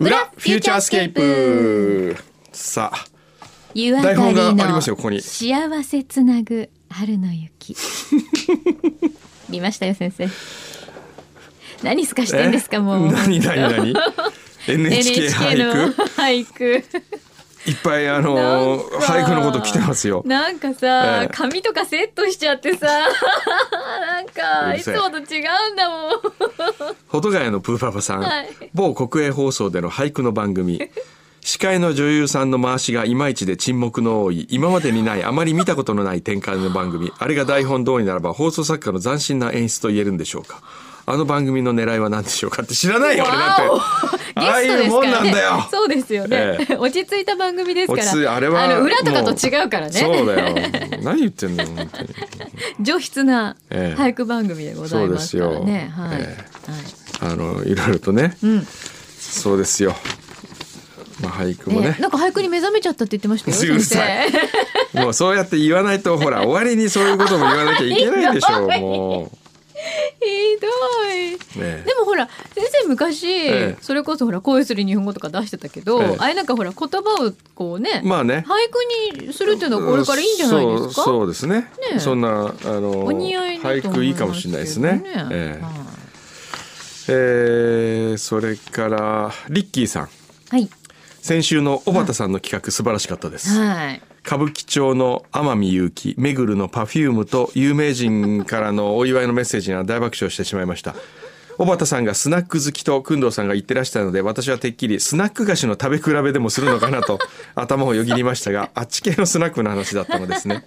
ューチャースケープさあ湯あ台本がたりありますよここのに幸せつなぐ春 の雪見ましたよ先生何すかしてんですかもう何 何何 NHK 俳句の俳句いっぱいあのーなん俳か句のこと来てますよなんかさ、ええ髪とかセットしちゃってさ なんうかるいつせえもと違うんだもん保土ヶ谷のプーパパさん、はい某国営放送での俳句の番組司会の女優さんの回しがいまいちで沈黙の多い今までにないあまり見たことのない展開の番組あれが台本通りならば放送作家の斬新な演出と言えるんでしょうかあの番組の狙いは何でしょうかって知らないよ俺だってわおああゲいストでうすもかんならんねだよ。そうですよね、え落ち着いた番組ですから落ち着いあれはの裏とかと違うからねそうだよ。何言ってんの本当に。上質なええ俳句番組でございますからね。はい、えあのいろいろとね、んそうですよ。まあ俳句もはい。ねね、なんか俳句に目覚めちゃったって言ってましたよ。 うるさ先生 もうそうやって言わないとほら終わりにそういうことも言わなきゃいけないでし ょう。もひどい。うねでもほら先生昔、ええそれこそほら恋する日本語とか出してたけど、ええあれなんかほら言葉をこうね、まあね。俳句にするっていうのはこれからいいんじゃないですそうか。そうですね。えそんなあのお似合いだと俳思句いいいかもますしけれどないね。ですね。ええはえーそれからリッキーさん、い先週の小畑さんの企画素晴らしかったです。はい。歌舞伎町の天海祐希目黒のパフュームと有名人からのお祝いのメッセージには大爆笑してしまいました小畑さんがスナック好きと工藤さんが言ってらしたので私はてっきりスナック菓子の食べ比べでもするのかなと 頭をよぎりましたがあっち系のスナックの話だったのですね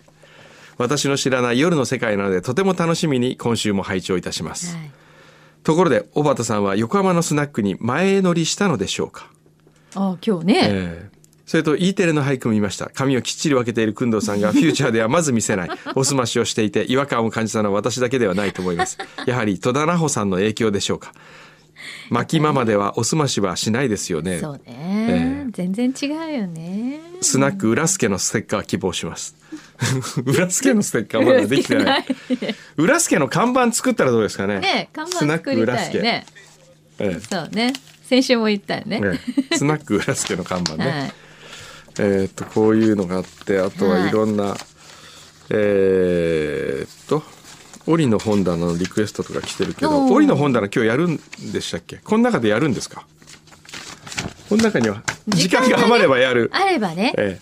私の知らない夜の世界なのでとても楽しみに今週も拝聴いたしますはいところで小畑さんは横浜のスナックに前乗りしたのでしょうかあ今日ね。ええそれと E テレの俳句も見ました髪をきっちり分けている工藤さん がフューチャーではまず見せないおすましをしていて違和感を感じたのは私だけではないと思い ますやはり戸田奈穂さんの影響でしょうか巻きママではおすましはしないですよねそうね、全然違うよね。スナック裏助のステッカー希望します 裏助のステッカーまだできてない裏助の看板作ったらどうですかねね看板作りたいね。えそうね。先週も言ったよえね。ええスナック裏助の看板ね、はい。えーっとこういうのがあってあとははいいろんな、えーっと織野本棚のリクエストとか来てるけどおー織野本棚今日やるんでしたっけこの中でやるんですかこの中には時時間間ががね余ればやる、あればね、え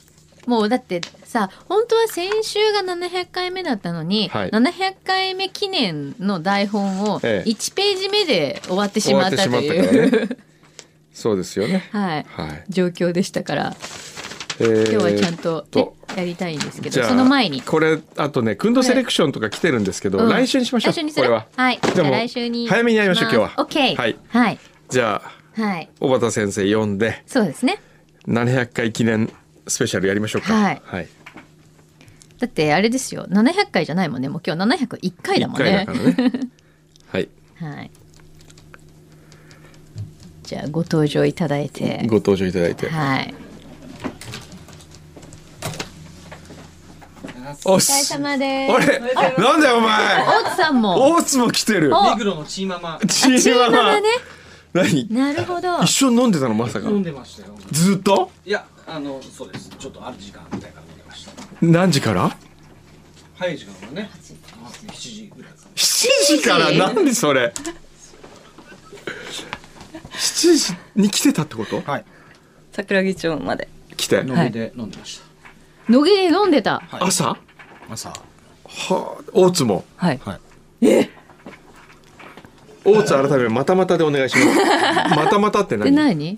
もうだってさ、本当は先週が700回目だったのに、はい700回目記念の台本をええ1ページ目で終わってえ、しまったという、ねそうですよね はい、はい、状況でしたから、えー今日はちゃんと,、ねとやりたいんですけじど、ゃあその前に。これあとね「くんどセレクション」とか来てるんですけど、うん来週にしましょう来週にすこるれははい。じじゃあゃあもう来週に。早めにやりましょう今日は OK。はいはい。じゃあはい。小畑先生読んでそうですね。 700回記念スペシャルやりましょうか。はいだってあれですよ700回じゃないもんねもう今日701回だもん1回だねからね。はい。はいじゃあご登場いただいてご登場いただいて。はいおっお疲れす。様であれなんだよお前。大津さんも大津も来てる。お目黒のチーママチチーーママママね何？なるほど一緒に飲んでたのまさか。飲んでましたよずっと？いやあのそうですちょっとある時間みたいから飲んでました何時から？早い時間はねあ7時ぐらいかな7時から7時なんでそれ。7時に来てたってこと？はい桜木町まで来て。飲みで飲んでまし野毛で飲んでたた、はい、朝？朝はあ。大津も。はい大津改めまたまたでお願いします。またまたってで何？何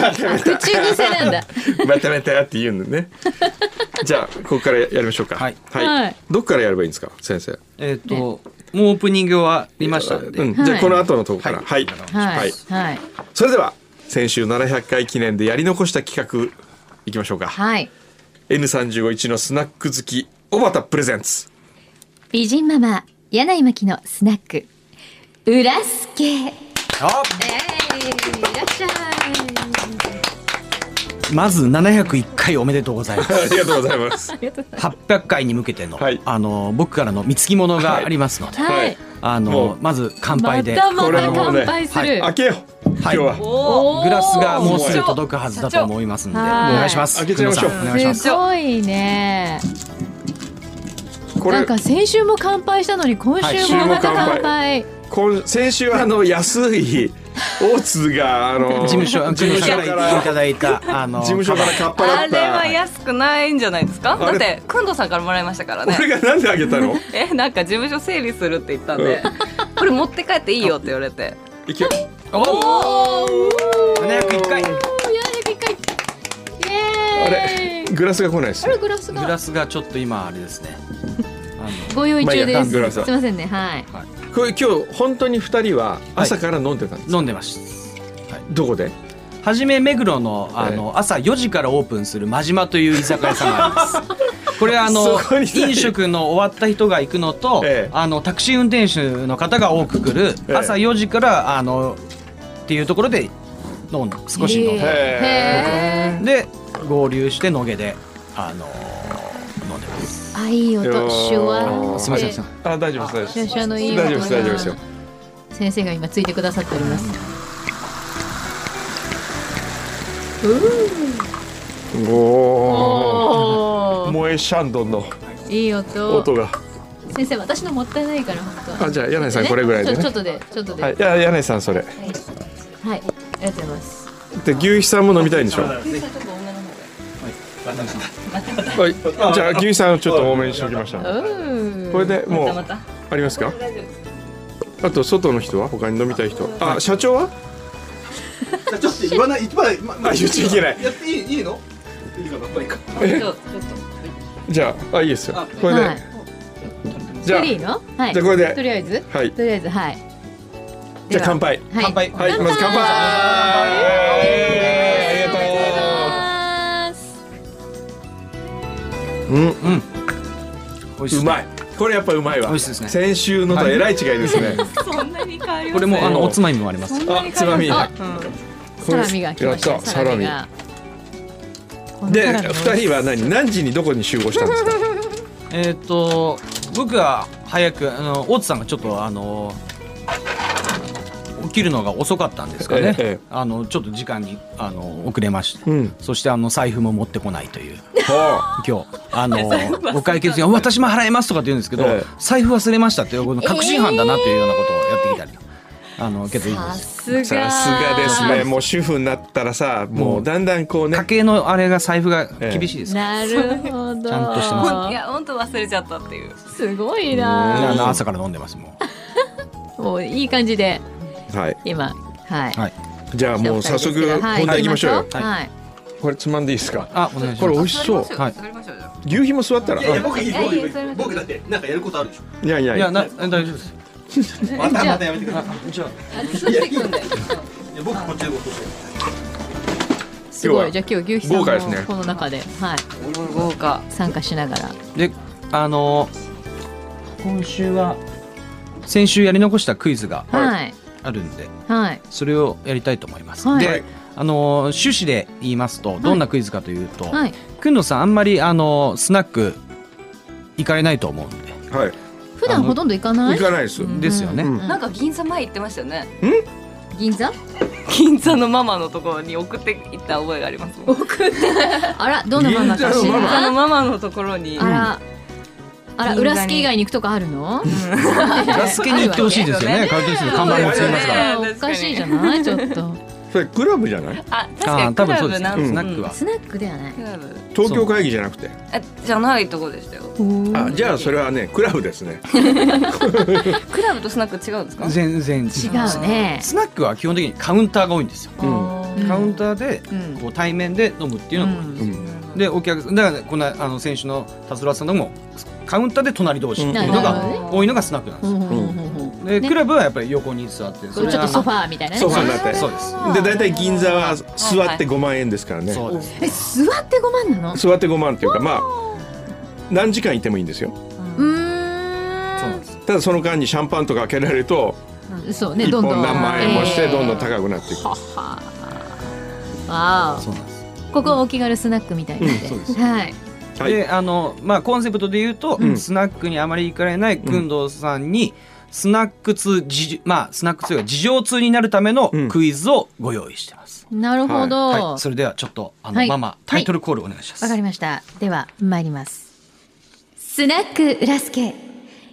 またまた。口癖なん だまたまたって言うのね。じゃあここからやりましょうか。はいはいどっからやればいいんですか、先生。えっ、ともうオープニング終わりましたんで、うん、はいじゃあこの後のとこから。は。はいいはいはいそれでは先週700回記念でやり残した企画いきましょうか。はい N351 のスナック好き小畑プレゼンツ。美人ママ柳井真紀のスナック裏スケあえーいらっしゃいまず701回おめでとうございますありがとうござい ます。 800回に向けての、はいあの僕からの貢ぎ物がありますので、はいはいあもうのまず乾杯で、またまこれはたもうね乾杯する、開けよう。今日はおーグラスがもうすぐ届くはずだと思いますので、おはい願いします。開けちゃいましょう工藤さんお願いします。すごいね。こなんれか先週も乾杯したのに今週もまた乾杯。今先週はあの安い大津があの事務所、事務所事か務所からいただいた、あの、ら事務所からカッパだあっれはた安くないんじゃないですかあだれってくんどさんからもらいましたからね俺がなんであげたの えなんか事務所整理するって言ったんで、これ持って帰っていいよって言われていけおお701回いやでびっくり。イあエれーイ。グラスが来ないですあれグラスグラがスがちょっと今あれですね。ご用意中まあでいいやグラスす。すはみませんねはい。これ今日本当に二人は朝から飲んでたんです、あの飲んでました。どこではじめ目黒のあの朝4時からオープンする真島という居酒屋さんがあ ります。これあのそこにない飲食の終わった人が行くのと、ええあのタクシー運転手の方が多く来る、ええ朝4時からあのっていうところで飲んだ少し飲へんーだ、へー。で合流して野毛であの飲んでます。あいい音いやーシュワーって。すみませんすいません。あ大丈夫ですシュワシュワのいい大音丈夫がです大丈夫ですよ先生が今ついてくださっております。おおおお。萌えシャンドンのいい音。音が先生私のもったいないから本当。あじゃあ柳井さんこれぐらいでちねょちょっとでちょっとで。はいいや柳井さんそれはい、ありがとうございます。で牛肥さんも飲みたいんでしょはちょっと多めの方がいじゃあ牛肥さんをちょっと多めにしておきましたこれでもうまたまありますかあと外の人は他に飲みたい人はあ社長はじゃあちょっと言わない、言わない、ま、まあ言っちゃいけないやっていい、いいの。いいかな、まあいいか。たちょっとちょっじゃああいいですよこれで、はいじゃあフリーの、はい、じゃあこれでとりあえず、はいとりあえずはい。じゃあ乾杯では。はい、乾杯はいまず乾杯えーあありがとうございます。りがとううん美味しういまいこれやっぱうまいわ美味しいですね先週のとはえらい違いですねとそんなに変わりこまれすもうあのおつまみもあります。あつまみあこサれラミが来ましやた。ったサラミが。でこのサラ二ミ人は何何時にどこに集合したん ですかえっ、と僕は早くあの大津さんがちょっとあの起きるのが遅かったんですかね、ええええあのちょっと時間にあの遅れまして、うんそしてあの財布も持ってこないと いうは今日あのお会計する私も払いますとかって言うんですけど、ええ財布忘れましたっていうこの確信犯だなというようなことをやってきたり、あの結構いいでさすすが。あさすがですね。もう主婦になったらさもうだんだんこうね家計のあれが財布が厳しいです、なるほど。ちゃんとしてまいや本当忘れちゃったっていうすごいあのな。朝から飲んでますもうもういい感じではい今はい。はいじゃあもう早速はい本題いきましょうよはいはい。これつまんでいいですかあお願いしこれ美ま味すしそう座りまょはい座りましょうじゃあ牛皮も座ったらいやいや、い僕いい、いやいや僕いいそれは、僕だって、なんかやることあるでしょやいやいいややな大丈夫ですまた、またやめてくださじゃあ座ってくんでい。いや、僕こっちでごとして。すご。今日はいじゃあ今日牛肥豪華でさすんねもこの中ではい豪華参加しながら。であの今週は先週やり残したクイズがはいあるんではいそれをやりたいと思います、はいであの趣旨で言いますとどんなクイズかというと、はい。くんのさんあんまりあのスナック行かれないと思うんではい普段ほとんど行かない行。かないですうんですよね、うんなんか銀座前行ってましたよね銀座？銀座のママのところに送っていった覚えがありますもんあらどのママか銀座知のママらなあいのママのところにあら、あら、銀座に裏付け以外に行くとかあるの。ラスケに行ってほしいですよね回転数の看板もついますから、らあーおかしいじゃない、ちょっと。それクラブじゃないあ確あかーに多ク分ラそうでブすねなうんんスナックはスナックではないク。ラブ東京会議じゃなくてあじゃないとこでしたよあじゃあそれはねクラブですねクラブとスナック違うんですか全然違う違うね。スナックは基本的にカウンターが多いんですよ、うんカウンターでうんこう対面で飲むっていうのが多いです、うんでお客さんだからねこのあの選手の達郎さんのもカウンターで隣同士っていうなのるほどが多いのがスナックなんでほすうよ。ほうほうほうでねクラブはやっぱり横に座ってこれちょっとソファァーみたいなね。ソファーになってそうですで大体銀座は座って5万円ですからねそうですえ、座って5万なの。座って5万っていうかまあ何時間いてもいいんですようそうなーんですただその間にシャンパンとか開けられるとん。そうね、一どんど本ん。何万円もしてえーどんどん高くなっていくはは。あそうなんですあ、ここはお気軽スナックみたいなんうでんそうで。すはい。はいであのまあコンセプトで言うと、うんスナックにあまり行かれない工藤さんに、スナック通じまあスナック通が事情通になるためのうんクイズをご用意してます、なるほど。はいそれではちょっとあの、はいママタイトルコールお願いします、わかりました。では、参ります。スナック裏スケ、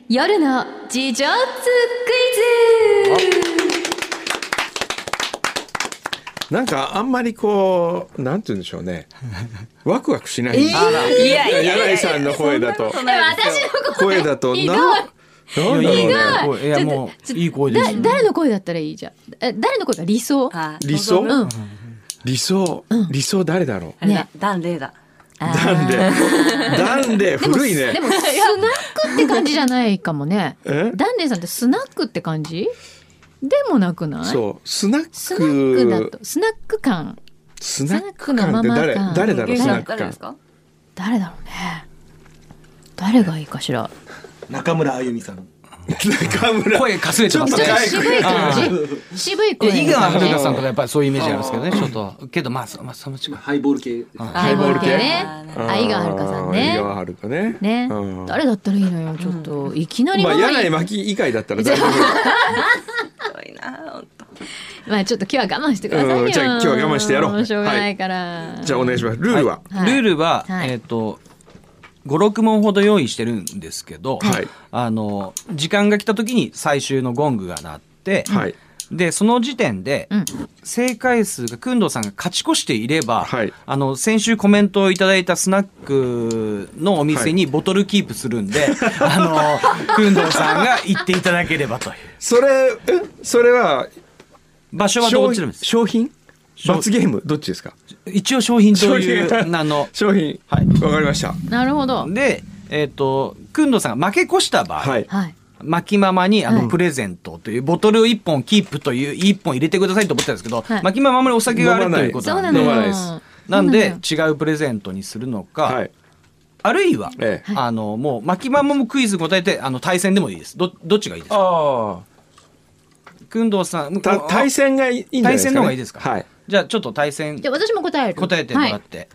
夜の事情通クイズなんかあんまりこうなんて言うんでしょう ねワクワクしない、いやいやいやいや柳井さんの声だとそんでなもことないです私よの声声だとひどいななんだろうねやいやいやいやもうちょいい声でだす誰の声だったらいいじゃん。え誰の声が理想あ理想望むうん。理想、うん理想誰だろあれねだ、ダンレイだ。うなんでなん ででも、古いでね。も、スナックって感じじゃないかもね えダンデンさんってスナックって感じでもなくないそうスナックスナックだと、スナック感。スナックスナッ感クのマってマ誰感誰だろう芸ス者ナッ誰ク感ですか誰だろうね。誰がいいかしら。中村あゆみさん。中村声かすれてますちょねっと渋い感あじ。渋いいや声。井川遥さんとかやっぱりそういうイメージありますけどねちょっとけどまあそ,、まあ、その違いハイボール系。ハイボール系ねハイボール。系あ、井川遥さんね井。川遥香ねねうん、誰だったらいいのよ、ちょっと、いきなりまマあマ柳井真紀以外だったら大丈夫 ひどいな、ほんとまあ、ちょっと今日は我慢してくださいよ。うんじゃあ今日は我慢してやろうしょうがないから。じゃあお願いしますルールは、はいルールは、はいえっ、と56問ほど用意してるんですけど、はいあの時間が来た時に最終のゴングが鳴って、はいでその時点で、うん正解数が工藤さんが勝ち越していれば、はいあの先週コメントをいただいたスナックのお店にボトルキープするんで、 あの工藤さんが行っていただければ というそれえそれは場所はど商っちでもいいです商品商罰ゲームどっちですか一応商品という商品 あの商品はいわかりましたなるほど。でえっ、と工藤さんが負け越した場合、はいはい。巻きママにあはのいプレゼントというボトルを1本キープという1本入れてくださいと思ったんですけど、はい巻きママあんまりお酒があるということそうななんの飲でよまないですそうななのんでよ違うプレゼントにするのか、はいあるいは、ええあのもう巻きママもクイズ答えてあの対戦でもいいですどどっちがいいですかあ工藤さんあ対戦がいいんじゃないですか、ね、対戦の方がいいですかはいじゃあちょっと対戦じゃあ私も答える。答えてもらっはいて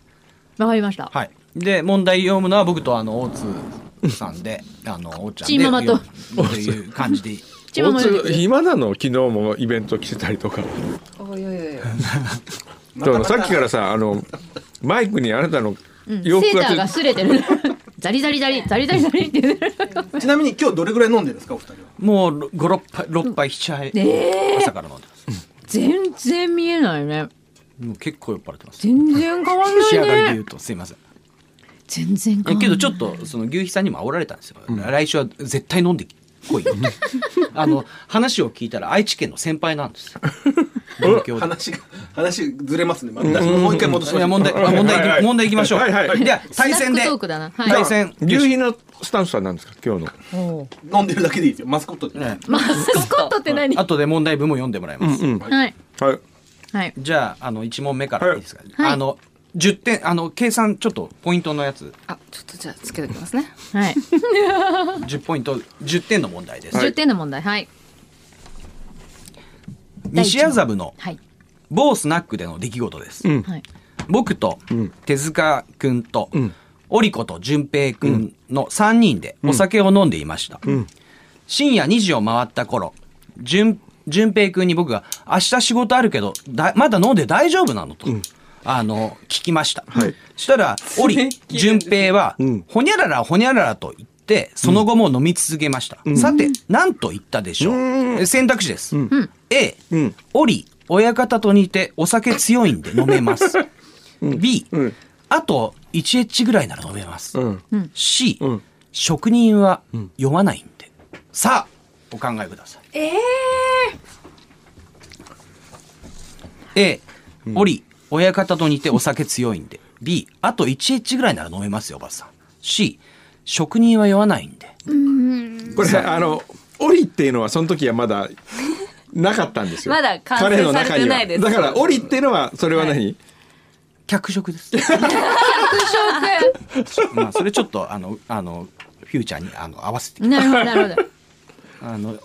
わかりました。はい、で問題読むのは僕とあの大津さんであのおっちゃんでチーママと読むという感じでいい一番お前つで暇なの昨日もイベント来てたりとかおいおいおいおい。だからさっきからさあのマイクにあなたのうん洋セ服ーターががつ擦れて る。ザリザリザリ、ザリザリザリって言ってる。ちなみに今日どれぐらい飲んでるんですかお二人は。もう56杯6杯7杯、え朝から飲んでます全然見えないね。もう結構酔っ払ってます全然変わん仕上がりなでい言ね。うとすいませんい全然変わんやない。けどちょっとその牛皮さんにも煽られたんですよ、来週は絶対飲んでこいよと あの話を聞いたら愛知県の先輩なんですよ 同郷で話が話ずれますね。またもう一回戻しいましやょう。問題問題いきはいはい問題いきましょう、はいはいでは対戦でスナックトークだな。はい。対戦牛皮のスタンスは何ですか今日のおう飲んでるだけでいいですよ。マスコットで。ねマスコットって何？は後で問題文も読んでもらいます、うんいはいはい。じゃああの1問目からいいですか、はいあの10点あの計算ちょっとポイントのやつあ、ちょっとじゃあつけときますね。はい。 10ポイント10点の問題です、はい10点の問題。はい。西麻布のはい。某スナックでの出来事です、うんはい。僕と手塚くんと、んオリコと淳平くんの3人でお酒を飲んでいました、深夜2時を回った頃淳淳平くんに僕が「明日仕事あるけどだまだ飲んで大丈夫なの?」と、あの聞きました、はいしたらオリ淳平はうん「ほにゃららほにゃらら」と言ってその後も飲み続けました、さて何と言ったでしょう、選択肢です、A、うん折親方と似てお酒強いんで飲めます。B、うんあと 1H ぐらいなら飲めます。うんうん C、うん職人は酔わないんで。さあ、お考えください。ええ A、折親方と似てお酒強いんで。B、あと 1H ぐらいなら飲めますよ、おばさん。C、職人は酔わないんで。これあのオリっていうのはその時はまだなかったんですよまだ完成されてないです彼の中にはだからオリっていうのはそれは何、脚色 です。まあ、それちょっと、あの、あの、フューチャーに、あの、合わせて。なるほどな るほど。あの、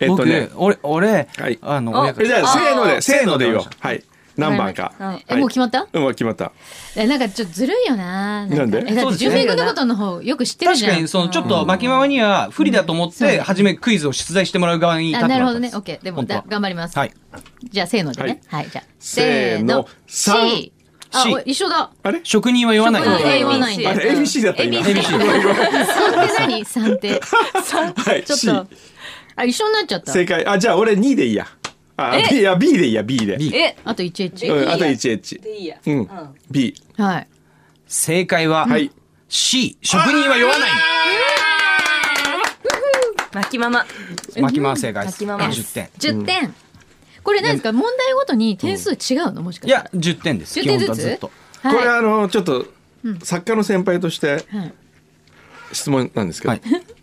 えっとね僕、俺、俺、はいあの、あ親え方じゃあせーのあでせーので言おうせーのではい何番か。はいえはいもう決まったうんもう決まった。えなんかちょっとずるいよなななんんでかえだって純平君のことの方よく知ってる確じゃんかに、その、ちょっと、巻きママには不利だと思っうんて、初めクイズを出題してもらう側に立ってあもなるらほっどたんでねす。オッケーでも本当はだ頑張りますはい。じゃあせーのでねはい、じゃあせーのせーの C あ C お一緒だあれ職人は言わない職人は言わないあれ ABC だった今。 ABC 3って何 ?3 って。はいちょっと。あ、一緒になっちゃった。正解。あ、じゃあ俺2でいいや。あ、B、いや、B でいいや、B で。 B えあと 1H。うん、あと 1H。でいいやうん。B。はい。正解は、はい。 C、職人は言わない。巻きママ巻きママ正解で巻す。きママ10点。 10点。これ何ですか問題ごとに点数違うのもしかいしたらや、。10点です。 10基点本ずはつずっと。これはあの、ちょっと、作家の先輩としてはい質問なんですけどはい、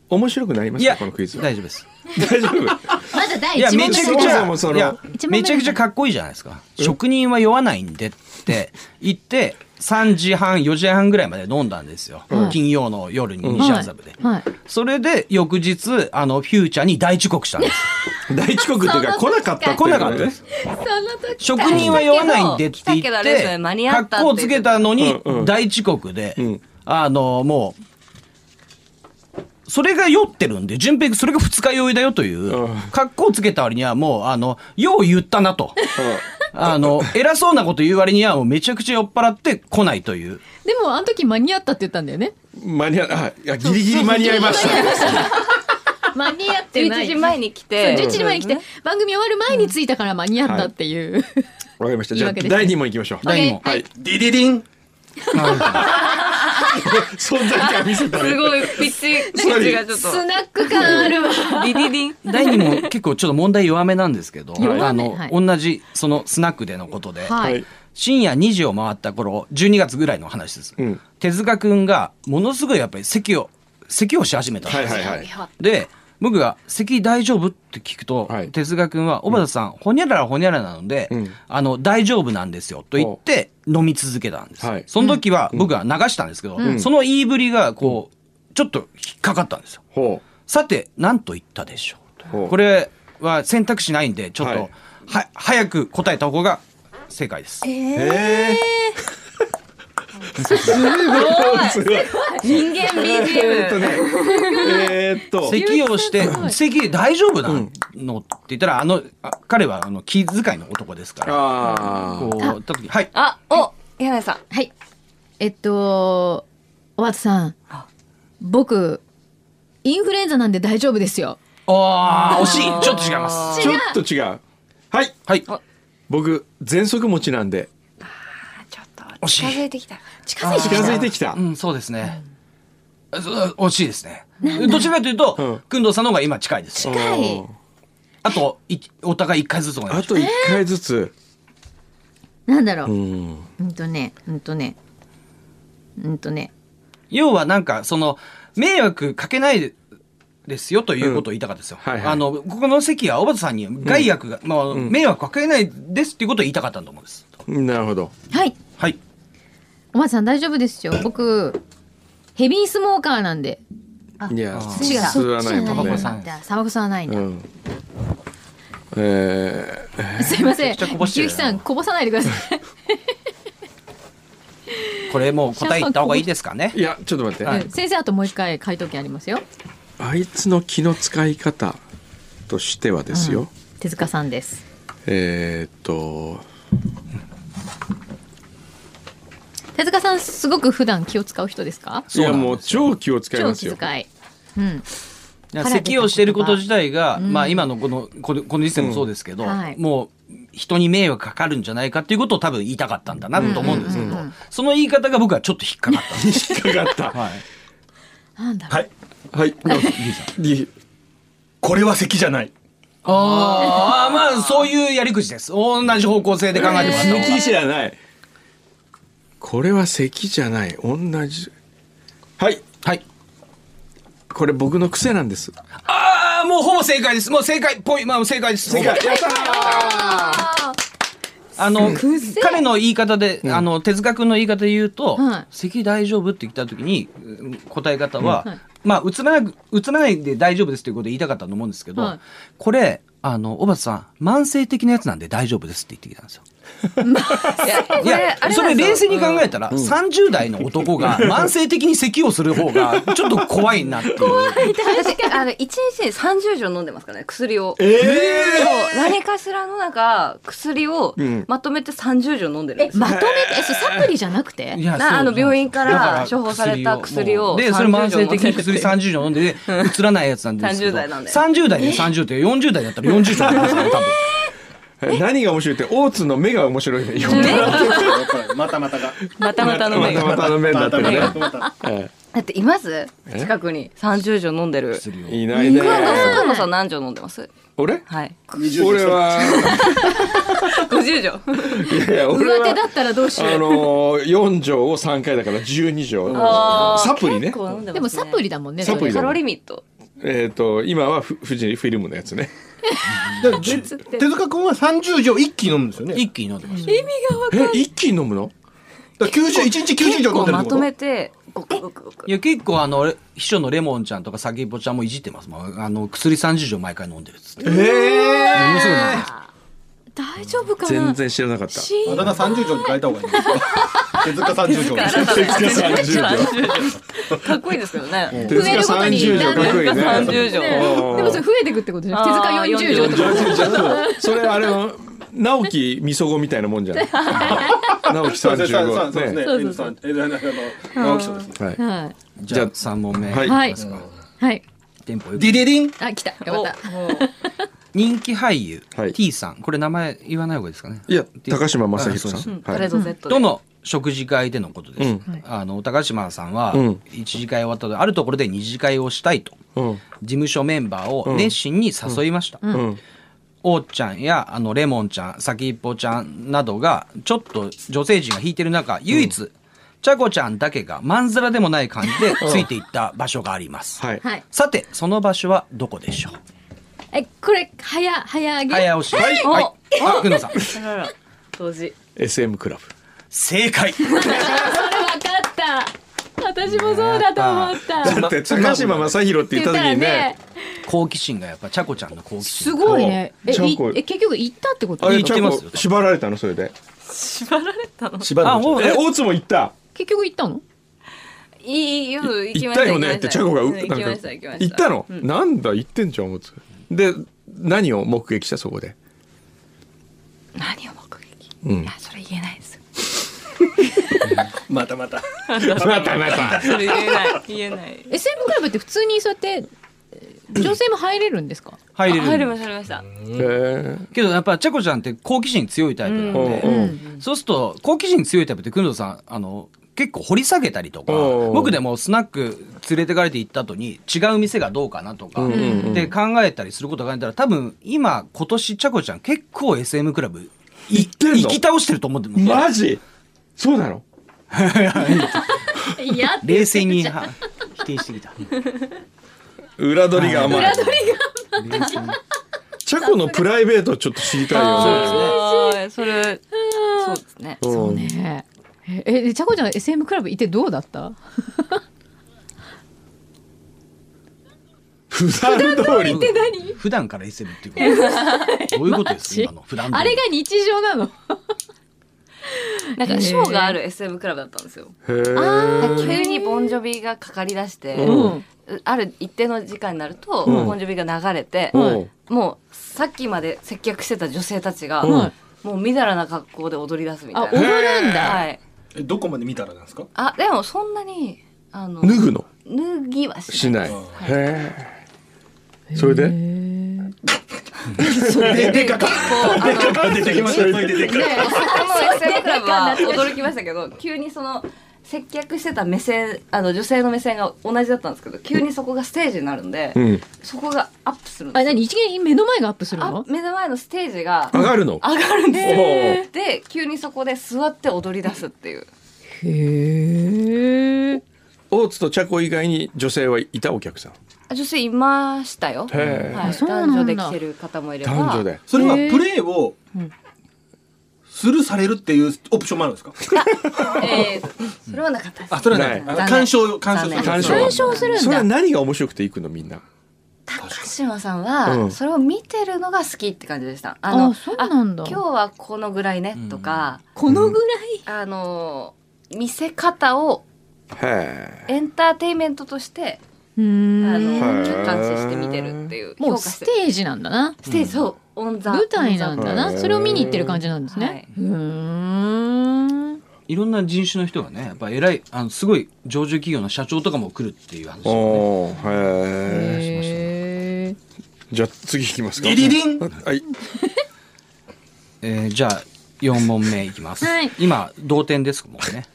面白くなりまいしや、たこのクイズ。大大丈夫です。丈夫 い。まず第いや、 1問めちゃくちそもゃ、そもそのいや一問目めちゃくちゃかっこいいじゃないですか。職人は酔わないんでって言って、3時半、4時半ぐらいまで飲んだんですよ。金曜の夜に西麻布で。はい。それで、翌日、あの、フューチャーに大遅刻したんです。大遅刻っていうか来なかったっていう来なかったですその時職人は酔わないんでって言来たけどっ来たけどあれですよね間て、に合ったって格好つけたのにうんうん大遅刻でうん、あの、もう、それが酔ってるんで、順平それが二日酔いだよといううん、格好つけた割にはもう、あの、よう言ったなと。あの、偉そうなこと言う割にはもうめちゃくちゃ酔っ払って来ないという。でもあの時間に合ったって言ったんだよね。うん間に合あいやギリギリ間に合いました間に合ってな11い。時前に来そうて11時前に来て、番組終わる前に着いたから間に合ったっていう。わかりましたじゃあ言い訳です第2問いきましょうはい第二問 OK はいディディディン存在感見せたねすごいピッチピッチがちょっとスナック感あるわ。ディディディン第2問結構ちょっと問題弱めなんですけど、弱めあの、はい同じそのスナックでのことで、ははいい。深夜2時を回った頃12月ぐらいの話です、うん手塚くんがものすごいやっぱり咳を咳をし始めたんですはよ、いはいはいで僕が「咳大丈夫?」って聞くと、はい手塚くんは「小畑さん、ほにゃららほにゃららなので、うんあの大丈夫なんですよ」と言って飲み続けたんです、はいその時は僕は流したんですけど、その言いぶりがこうちょっと引っかかったんですよほさて何と言ったでしょうほうとこれは選択肢ないんでちょっと、はいは早く答えた方が正解ですうへえ すごい人間えーっと BGM ねえーっと咳をしてすごい咳大丈夫なのって言ったらあのあ彼はあの気遣いの男ですからあこう言った時はいあお柳井さんはい。えっと、おばたさん。僕、インフルエンザなんで大丈夫ですよ。あー惜しいちょっと違いますあちょっと違うはいはい僕喘息持ちなんでちょっと惜しい近づいてきた近づいて近きた。づいてきたうんそうですねあそ惜しいですねどちらかというとうん工藤さんの方が今近いです近いうんあといお互い一回ずつお願いあしまと一回ずつなんだろうう。んうんとね、うんとね。うんとね。す要はなんかその迷惑かけないですよということを言いたかったですよ、うんはいはいあのここの席は小畑さんに害悪が、まあ、迷惑かけないですっていうことを言いたかったと思うんですなるほどはい。はいおばたさん大丈夫ですよ。僕、ヘビースモーカーなんで。いやあ違う。吸わないもんそっねちじゃないタバコ吸わないんうだ。んえー すいません。ちゃこぼしてゆるきなさん、こぼさないでください。これもう答え言った方がいいですかねいやちょっと待って、はいうん 先生、あともう一回回答権ありますよ。あいつの気の使い方としてはですよ、手塚さんです。えー、っと手塚さん、すごく普段気を使う人ですかいそうやなんもうです超気を使い超ます気よ遣い。うん。だから咳をしていること自体が、まあ今のこのこのこの時点もそうですけど、うんはいもう人に迷惑かかるんじゃないかっていうことを多分言いたかったんだなと思うんですけど、うんうんうんその言い方が僕はちょっと引っかかったんです。引っかかった はい、なんだろう。ははいいリこれは咳じゃないああまあそういうやり口です。同じ方向性で考えてもらった方が咳じゃないこれは咳じゃない同じはいはい。これ僕の癖なんですああもうほぼ正解です。もう正解っぽいまあ正解です。 やったあの癖彼の言い方で、あの手塚君の言い方で言うとはい「咳大丈夫?」って来た時にうん答え方は、はいまあうつらなくうつらないで大丈夫ですということで言いたかったと思うんですけど、はいこれあの小畑さん慢性的なやつなんで大丈夫ですって言ってきたんですよ。いや こいやれあれそれ冷静に考えたたら、30代の男が慢性的に咳をする方がちょっと怖いなっていう私あの一日に30錠飲んでますからね薬をえそう何かしらのなんか薬をうんまとめて30錠飲んでるんえですよ、まとめてえそれサプリじゃなくていやなそうあの病院からだら処方された薬をもうでそれ慢性的に薬30 30錠飲んででうつらないやつなんですけど30代なんで30代で30って40代だったら40錠ありますから多分何が面白いって大津の目が面白いねよまたまたが。またまたのま目 たがまたの面だったねまたまたまたえだっています近くに30錠飲んでる薬をえいないねくんのすくんのさん何錠飲んでます俺 はい20俺は50錠いやいや俺 上手だはったらどうしよあうの4錠を3回だから12錠サプリね結構飲んでますねでもサプリだもんねサプリそだカれロリーミットえっと今はフ富士フィルムのやつねだからじ手塚君は30錠一気に飲むんですよね。一気に飲んでましたえ一気に飲むのだから90、一日90錠結飲ん構でるっまてとこめとてごくごくごくいや結構あの秘書のレモンちゃんとかサギボちゃんもいじってますもんあの薬30錠毎回飲んでるっつってえものすごい飲んでます大丈夫か全な然知らなかったしえ。あだ名30錠に変えた方がいいんですか手塚30錠。かっこいいですけどね手塚30錠かっこいいね30錠ねでもそれ増えてくってことじゃん手塚あー40錠とかじゃあそれあれは直樹みそごみたいなもんじゃ ない直樹そうですねそう35ですね。ねそうですね。えあの直木賞ですね。はいはいじゃあじ3問目はいはいはいテンポよくディディディン。あ来た頑張っ人気俳優はい T さんこれ名前言わない方がいいですかねいや高島正宏さあそうんとりあえず Z とでの食事会でのことです、うんあの高島さんはうん1次会終わった後あるところで2次会をしたいとうん事務所メンバーを熱心に誘いました、うんおうちゃんやあのレモンちゃん先っぽちゃんなどがちょっと女性陣が引いてる中唯一、ちゃこちゃんだけがまんざらでもない感じでついていった場所があります、はいたはいさてその場所はどこでしょえこれ早早上うげ早押しはい、おはい、あくのさんあらら同時 SM クラブ正解それ分かった私もそうだと思っただって高島正宏って言った時にね好奇心がやっぱちゃこちゃんの好奇心すごいねえちゃんこいえ結局行ったってことあれ行ちっゃてんまこすよ縛られたのそれで縛られたのしばあらく。おえ大津も行った結局行ったのいいいいよ行き行っましたたよねってチャコがうなん行かきました行きました行ったのうんなんだ言ってんじゃん大津で何を目撃したそこで何を目撃うんいやそれ言えないですよまたまた。またまたそれ言えない言えない SM クラブって普通にそうやってえー女性も入れるんですか入れるんだ入りました入りましたえけどやっぱちゃこちゃんって好奇心強いタイプなんで、うんそうすると好奇心強いタイプって工藤さんあの結構掘り下げたりとかおう僕でもスナック連れてかれて行った後に違う店がどうかなとか、うんうんうんで考えたりすることがあったら多分今今年ちゃこちゃん結構 SM クラブ行ってんの行き倒してると思ってますマジそうなのいや冷静には否定してきた裏取りが甘い裏取りが甘いチャコのプライベートちょっと知りたいよねあーそれそうですねそうねええでちゃこちゃん SM クラブ行ってどうだった普段通り何普段から SM っていうことどういうことですか今の普段通りあれが日常なのなんかショーがある SM クラブだったんですよへー急にボンジョビがかかりだして、うんある一定の時間になると、うんボンジョビが流れて、うんもうさっきまで接客してた女性たちが、うんもうみだらな格好で踊り出すみたいあな。踊るんだはい、えどこまで見たらなんですか。あでもそんなにあの脱ぐの脱ぎはししないないへえそれでででかか。でかか出てきました。急いででかか。そこの SM クラブは驚きましたけど急にその接客してた目線あの女性の目線が同じだったんですけど急にそこがステージになるんで、うんそこがアップするんであすよ何一元目の前がアップするあの目の前のステージが上がるの上がるんですよへで急にそこで座って踊り出すっていうへえ大津とチャコ以外に女性はいたお客さんあ女性いましたよ、はへえい、そうな男んだ女で来てる方もいれば男女でそれはプレイを。するされるっていうオプションもあるんですか。えーそれはなかったですあ、それはない。なあい鑑賞、鑑賞する。残念鑑賞鑑賞するんだそれは何が面白くて行くのみんな多高島さんは、うんそれを見てるのが好きって感じでした。ああそうなんだあ今日はこのぐらいね、とか、このぐらい、あの、見せ方をへえエンターテインメントとして、うあーんはの、い客観視して見てるっていう。もう評価スしてテージなんだなステージ、そう、オンザ。舞台なんだへなーそれを見に行ってる感じなんですはねいうーんいろんな人種の人がね、やっぱ偉い、あの、すごい上場企業の社長とかも来るっていう話をね、おーへえへーじゃあ次いきますかデリリンはいえーじゃあ、4問目いきます。はい今、同点ですもん ね。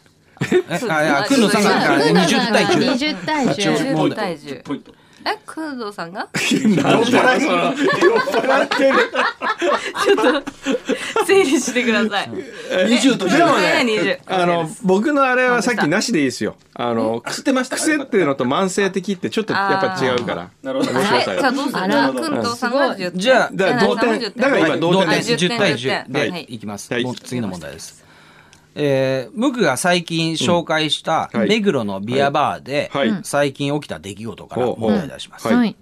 え、あ、いや、くん工の藤さんまがあ工工藤さん20対が10。 20対10 10問10題ポイントえ、工藤さんながんでその酔っ払ってる整理してください。 20と10でもねね、あの、僕のあれはさっきなしでいいですよ。あの、あ知ってました癖っていうのと慢性的ってちょっとやっぱ違うから。なるほど面白はい、さじよゃあどうするあじらゃあ、くんとさんが10点。じゃあだから同点柳井さだかんは10ら今同点はいです10対10 10点はでいいきます。はいもう次の問題です。えー僕が最近紹介したうんはい目黒のビアバーではい最近起きた出来事からほうほう問題出しますは。いはい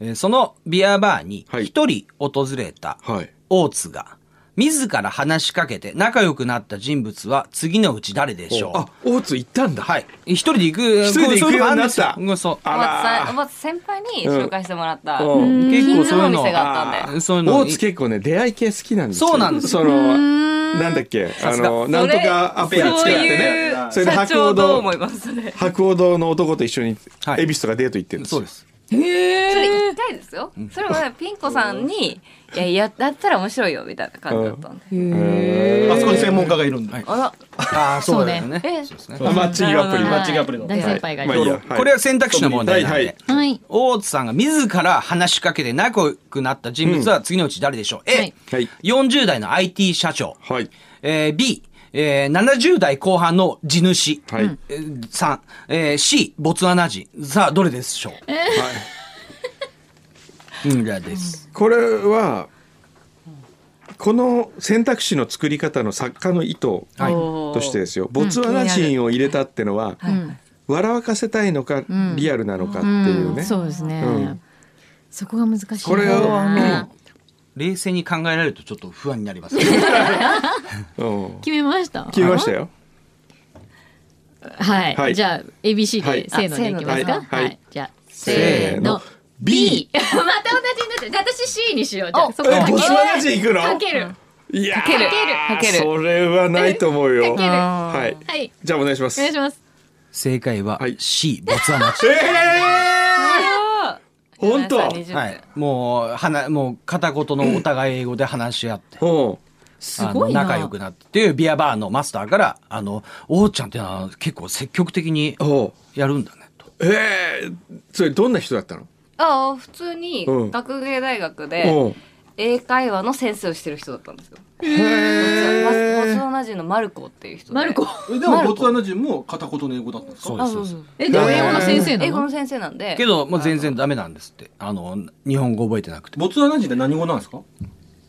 えーそのビアバーにはい一人訪れたはい。大津が自ら話しかけて仲良くなった人物は次のうち誰でしょうあ、大津行ったんだ。はい。一人で行く。一人で行くようになったそういうのもあるんですよおばさん、おあば先輩に紹介してもらった。うんうん結構金そういのおうの店があったんら、で。そういうの大津結構ね、出会い系好きなんですよ。そうなんですその、なんだっけ、あの、なんとかアプリ使っそうていねう。それで社白鸚長どう思い堂、ますそれ。白鸚堂の男と一緒には、い恵比寿とかデート行ってるんですそうよで。す。それ一回ですよ。それはピン子さんに、いや、やだったら面白いよ、みたいな感じだったんで。あそこに専門家がいるんであら、ああ、そそううねだよね。え、あマッチングアプリ。マッチングアプリの大先輩がいまあいいるや。これは選択肢の問題なんはいはでい。はい大津さんが自ら話しかけて仲良くなった人物は次のうち誰でしょう、はい ?A、はい40代の IT 社長。はい。えー B、えー70代後半の地主。はいうんえー3、えー C、ボツワナ人。さあ、どれでしょううん、じゃあです。これはこの選択肢の作り方の作家の意図はいとしてですよ、ボツワナ人を入れたってのは、笑わかせたいのか、リアルなのかっていうね、そうですね、うんそこが難しいなこれはあ冷静に考えられるとちょっと不安になります。うん決めました決めましたよはい、はいじゃあ ABC はでいせーのでいきますかあせーのでははい、いじゃあせーの B また同じになっちゃう私 C にしようじゃあそこえかけボるツワナ人行くのかけるいやーかけるかけるそれはないと思うよかけるはいはいじゃあお願いしますお願いします正解ははい C、ボツワナ人。 えー、本当20はい。もう、はな、もう、片言のお互い英語で話し合って、うんすごいなあの仲良くなってっていうビアバーのマスターから、あの、おーちゃんってのは結構積極的におうやるんだね、と。えー、それどんな人だったのああ、普通にうん学芸大学うでん英会話の先生をしてる人だったんですよ。ボへツワナ人のマルコっていう人で。マルコえでもボツワナ人も片言の英語だったんですかそうあ。です、そそううでえす。そうでも英語の先生な英語のの先生なんで。けど、もう全然ダメなんですって。あの、日本語覚えてなくて。ボツワナ人って何語なんですか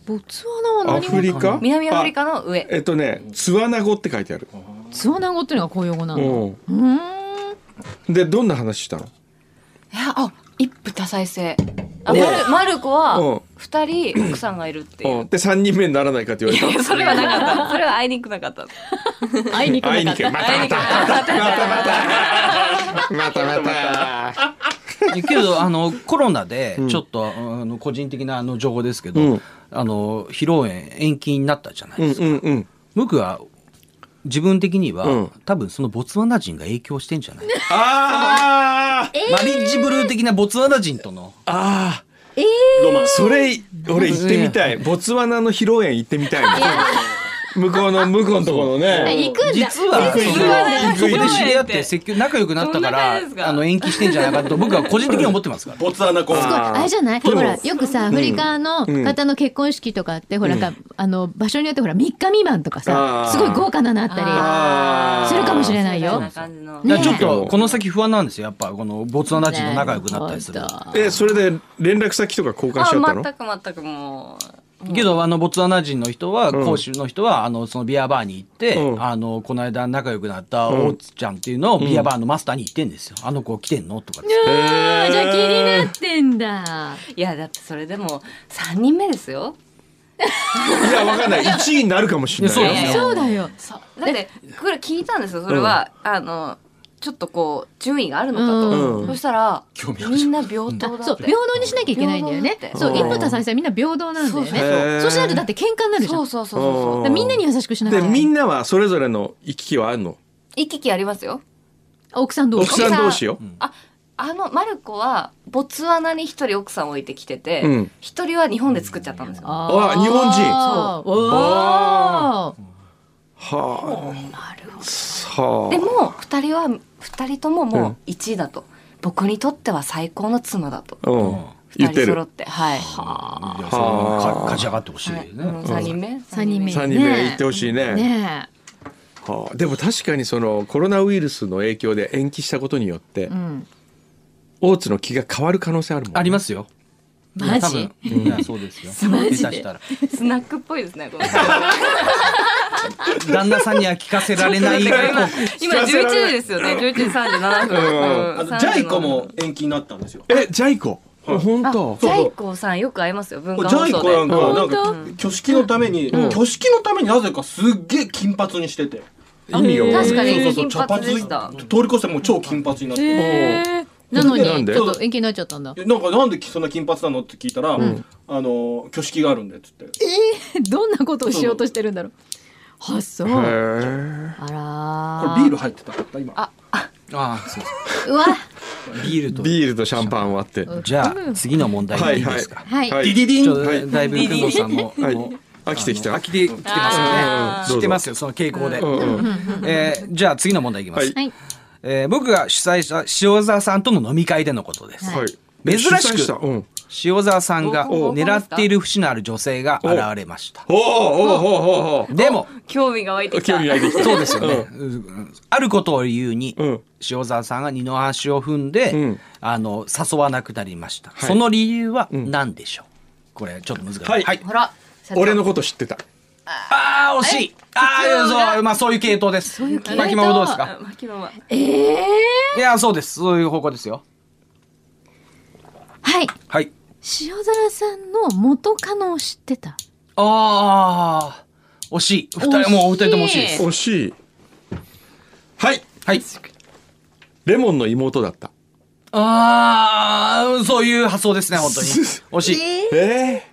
ボツワナアはフ何リ語カ南アフリカの上。えっとね、ツワナ語って書いてある。ツワナ語っていうのが公用語なうのん。うーんで、どんな話したの。いや、あ、一夫多妻制。あ、マル、マルコうんは、二人奥さんがいるっていううん。で、三人目にならないかって言われた。それはなかった。それは会いにくなかった。会いに来会いなにか行っけ、またた 会いまにくなた、かった。またまた。けど、あの、コロナで、ちょっと、あの、個人的なあの情報ですけど、うんあの、披露宴延期になったじゃないうんですか。うんうん。僕は、自分的には、うん多分そのボツワナ人が影響してんじゃないああ、マリッジブルー的なボツワナ人との。あえーあ、それ、俺行ってみたい。ボツワナの披露宴行ってみたいな。向こうの、向こうのところのね。行くんだ実は、そ行くれは行そくこで知り合って、積極仲良くなったかどんな感じですら、かあの、延期してんじゃないかと、僕は個人的に思って ますから。ボツワナ語すごいあれじゃないでもほらよくさアフリカの方の結婚式とかって、ほらかあの場所によってほら3日未満とかあさーすごい豪華なのあったありするかもしれないそんよ。な感じのだねからちょっと、この先不安なんですよ。やっぱ、このボツワナ人と仲良くなったりするなとる。ほどえ、それで連絡先とか交換しちゃったあ、の。全く全くもう。けど、あの、ボツワナ人の人は、講州の人は、あの、そのビアバーに行って、うんあの、この間仲良くなった大津ちゃんっていうのを、ビアバーのマスターに言ってんですよ。あの子来てんのとかって。へーじゃあ気になってんだ。いやだってそれでも3人目ですよいや、わかんない。1位になるかもしれないよ。いやそうですそうだよ。そうだってこれ聞いたんですよそれは、あのちょっとこう順位があるのかと、うんそしたら興味あるみんな平等だってそう、平等にしなきゃいけないんだよね平。等そう、だって一夫多妻制はみんな平等なんだよそうそうそうへね。ーそうしないとだって喧嘩になるじゃん。だそうかそうそうそうらみんなに優しくしなきゃいで、けないみんなはそれぞれの行き来はあるの行き来ありますよ奥さんどう奥さん同士よ。ああのマルコはボツワナに一人奥さん置いてきててうん一、人は日本で作っちゃったんですよあ日本人そう。おーはなるほど。あ。はあ。でも二人は二人ともうもうん1位だと、僕にとっては最高の妻だとうん。言二って人揃るっ。てはい、いやそれはか勝ち上がってほしいはいね。うん、3人目三人目。 3人目行ってほしいね。ねはあ、でも確かにそのコロナウイルスの影響で延期したことによって、え。うん。大津の気が変わる可能性あるもんね、ありますよ。マ多ジ分。いや、そうですよ。マジで下手したら。スナックっぽいですねこの旦那さんには聞かせられ ない。今11時ですよね11時37分、あうんのジャイコも延期になったんですよ。えジャイコ、本当ジャイコさんよく会いますよ文ジ化放ャイ送コなんでか、な本ん当か、挙式のために、挙式のためになぜかすっげえ金髪にしてて。意味がわ確かかんないにそうそう金そう髪でし茶た髪通り越してもう超金髪になって。へーなのなんに、でちょっと延期になっちゃったんだ。えなんかなんでそんな金髪なのって聞いたら、あの挙式があるんでっつって どんなことをしようとしてるんだろう。あ、そう。へあえらこれビール。ル入ってたかった今あああ、そうそうわ。う。ビールと。ビールとシャンパン割ってじゃあ、次の問題でいいですか。はい。はディいディデちィンょっとだいぶ、くんどさんも。はいもう飽きてきた飽きてきてますよあね。ー知ってますよ、その傾向で。うんうんえーじゃあ、次の問題いきまはすい。はい。えー僕が主催した塩沢さんとの飲み会でのことです。はい珍しく主催たうん塩沢さんがお狙っている節のある女性が現れました。おーおーおーおーおーでも、興味が湧いてき興た味ないできたそうですよね。うんあることを理由に、うん塩沢さんが二の足を踏んで、うんあの、誘わなくなりました。はいその理由は何でしょう、これ、ちょっと難しい。はいほら社長俺のこと知ってたああ、惜しいああ、そう、まあ、そういう系統です。そういう系統巻物どうですかあ牧野はええ。いや、そうです。そういう方向ですよ。はい。はい。塩沢さんの元カノを知ってた。ああ、惜しい。二惜し人、いもうお二人とも惜しいです。惜しいはいはい。レモンの妹だったああ、そういう発想ですね、本 当に。惜しい。え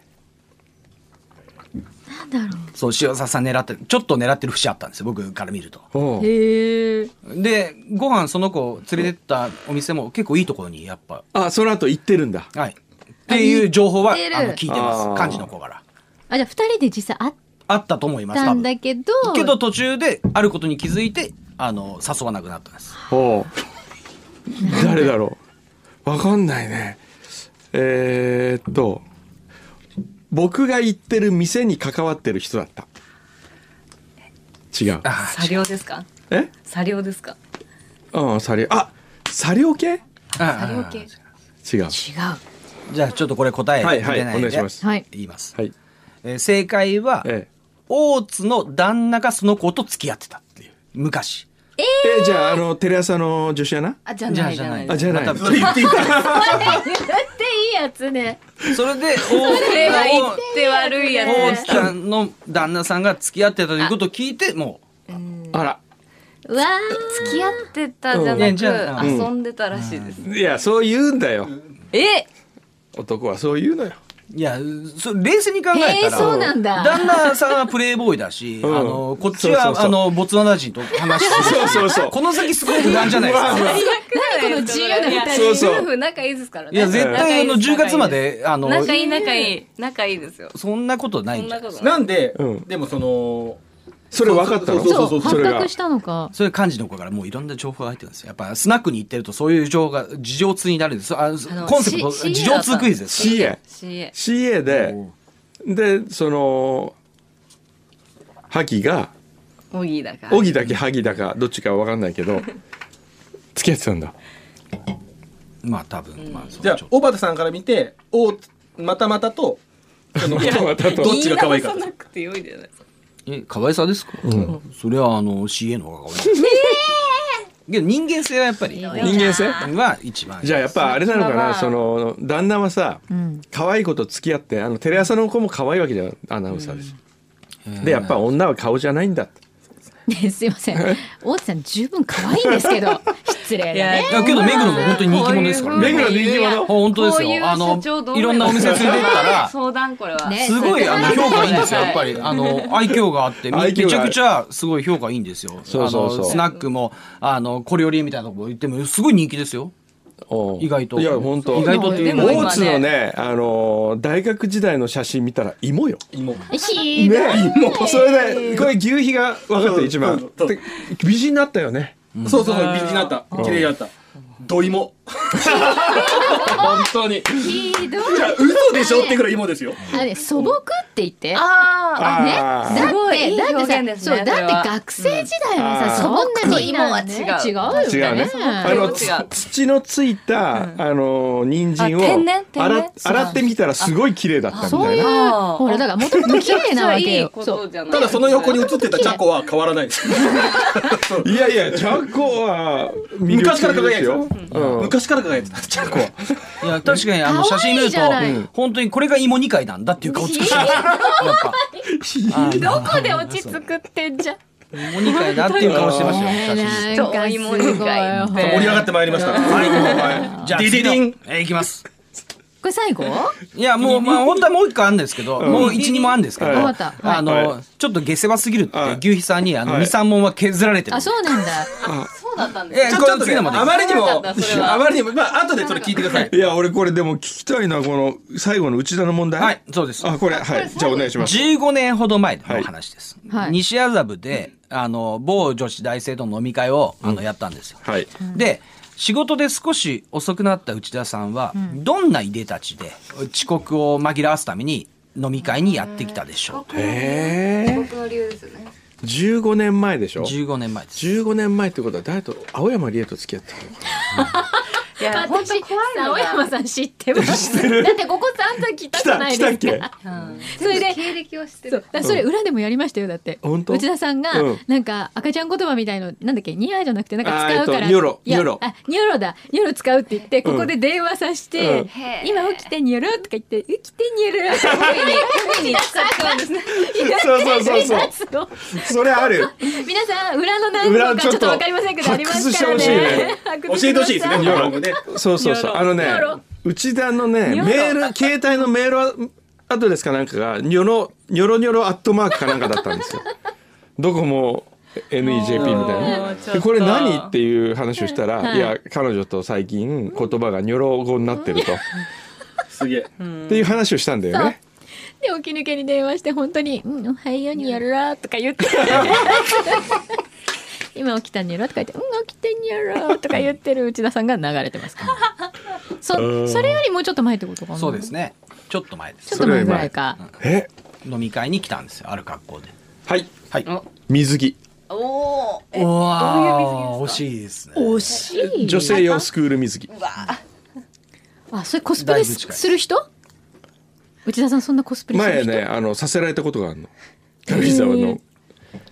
そう、塩沢さん狙って、ちょっと狙ってる節あったんですよ、僕から見ると。ーおうへえ。で、ご飯その子を連れてったお店も結構いいところに、やっぱ、あその後行ってるんだはい。っていう情報は、言ってるあの、聞いてあーます。幹事の子から。あ、じゃあ二人で実際会っあったと思います、たん多分。だけど。けど途中で、あることに気づいて、あの、誘わなくなったんです。おう誰だろうわかんないねえーっと僕が行ってる店に関わってる人だった違うあ作業ですかえ作業ですかうんサリあサリオ系ーあ作業ー。系違う違う。じゃあ、ちょっとこれ答えはい出はいないお願でいしますはい。言いますは。いえー正解は、え大津の旦那がその子と付き合ってたっていう。昔。ええじゃああのテレ朝の女子アナあじゃないじゃないあじゃないまたそれ言ってい いで、いいやつね。それで、それは言って悪いや大つ津さんの旦那さんが付き合ってたということを聞いて、もあらうわ付き合ってたじゃなうんじゃあく遊んでたらしいですいやそう言うんだよえ男はそう言うのよう、いや、それ冷静に考えたら、えーそうなんだ旦那さんはプレイボーイだし、 うんあの、こっちそうそうは、そうあの、ボツワナ人と 話してそうる。そうそうこの先すごい不安じゃないですうわかう。わこの自由な二人そうそう夫婦仲いいですからねいや、絶対、あの、10月まで、あの、仲いい仲いい仲いいですよそんなことないそんんじゃなないことないなんで、うんでもそのそれ分かったのそうそうそう、そ発れが覚したのか。そういう感じの子からもういろんな情報が入ってるんですよ。やっぱスナックに行ってるとそういう情報が事情通になるんです。あののコンセプト、し事情通クイズです。 CA CA CA ででその萩がオギーだから荻だけ萩だかどっちかわかんないけ ど付き合ってたんだまあ多分、まあそじゃあのちょっと小畑さんから見ておまたまたと中のことはだとどっちが可愛いか言い直さなくてよいじゃないですかえ、可愛さですか、それはあの、CA の方が可愛い。けど人間性はやっぱり、人人間性は一番いい。じゃあやっぱあれなのかまあまなあその旦那はさ、可愛い子と付き合ってあのテレ朝の子も可愛いわけじゃんアナウンサーです、でやっぱ女は顔じゃないんだってね、すいません。大津さん十分可愛いんですけど、失礼だね。いやけど目黒も本当に人気者ですからね目黒人気者あ本当ですよあのいろんなお店連れてったら相談これは。ねすごいあのはい評価いいんですよ、やっぱり。あの、愛嬌があって、め愛め嬌ちがゃあるくちゃすごい評価いいんですよ。そうそうそうあのスナックも、あの、小料理みたいなとこ行っても、すごい人気ですよ。おう意外と。いや本当意外とっていでうも今大ね津のね、あのー大学時代の写真見たら芋よ。芋ひどいね、芋。それで、これ牛皮が分かったうん一番。うんで美人になったよね。そうそうそう美人になった綺麗になったど芋本当にいひどい。や嘘でしょってぐらい芋ですよあれ素朴って言って。あね、あーだっすごいて、いいだって表さ、現ですそねう、だそれはって学生時代はさ、うそんなに素朴と芋は違う違うよね。違うねあのつ違う土のついた、あのー人参をあ天然天然洗っ洗ってみたらすごい綺麗だったみそうたいいうな。あーほらだからもともと綺麗なわけよ。めっちゃいいこそとうじゃないただその横に写ってたチャコは変わらないですいやいやチャコは魅力的昔から輝いてたですよ。うん昔から輝いてたチャコはいや、確かにあの、可写愛い真見るじとゃない、本当にこれが芋2回なんだっていう顔つくしやっ ぱ。どこで落ち着くってんじゃ。芋2回だっていう顔してましたよ、写真。なちょんっとかおす芋ご以い外ほでら。盛り上がってまいりましたはいじゃあ、ディデ次ィディンのえー、いきます。これ最後？いや、もう、まあ、本当はもう一個あるんですけど、もう一、二もあるんですけど、はいわかったはいはあの、ちょっと下世話すぎるって、はい牛肥さんに、はあの、い二、三問は削られてる。あ、そうなんだ。そうだったんえですねちーょこちょっれと次ねの問題あまりにそうもなんだそれはあまりにもまあ後でそれ聞いてください いや俺これでも聞きたいなこの最後の内田の問題。はい、そうです。あこれはいじゃあお願いします。 15年ほど前の話です。はい西麻布で、あの、某女子大生との飲み会を、あの、やったんですよ。はい。で、仕事で少し遅くなった内田さんは、どんないでたちで遅刻を紛らわすために飲み会にやってきたでしょええ。僕の理由ですよね。 15年前でしう。ょ。 15年前です。 15年前ってことは誰と青山理恵と付き合ってたのいや本当怖いの青山が。さん知ってます。だってここ散々来たじゃないです来た来たか。それで。経歴を知ってそうるだ。からそれ裏でもやりましたよだって本当内田さんがうんなんか赤ちゃん言葉みたいのなんだっけニヤじゃなくてなんかあー使うかえっらとニョロいやニョロあニョロだニョロ使うって言ってここで電話させてうん「今起きてニョロ」とか言って「起きてニョロ」海に行っちゃったんですね。そうそうそうそうやってるやつをそれある皆さん裏の何裏個ちかちょょっっととわかりませんけどありますから発掘してほしいねね教えてほしいですね日本語でそうそうそうあのねニョロ内田のねニョロメール携帯のメールアドレスかなんかがニョロニョロニョロアットマークかなんかだったんですよ どこも NEJP みたいもなうちょでっとこれ何っていう話をしたら、はいい、や彼女と最近言葉がニョロ語になってると、すげえっていう話をしたんだよねで起き抜けに電話して本当に「うんおはようにやろ」とか言って「 今起きたにやろ」とか言って「うん起きてにやろ」とか言ってる内田さんが流れてますから そそれよりもうちょっと前ってことかなそうですねね。ちょっと前でちょすっ。と前ぐらいかえ飲み会に来たんですよ、ある格好で。はいはい。水着おおー。えうわどういう水着ですーか惜しいですね。惜しい女性用スクール水着あそれコスプレすだいぶ近いする人内田さんそんなコスプレする前人、ねあのさせられたことがあるの軽井沢の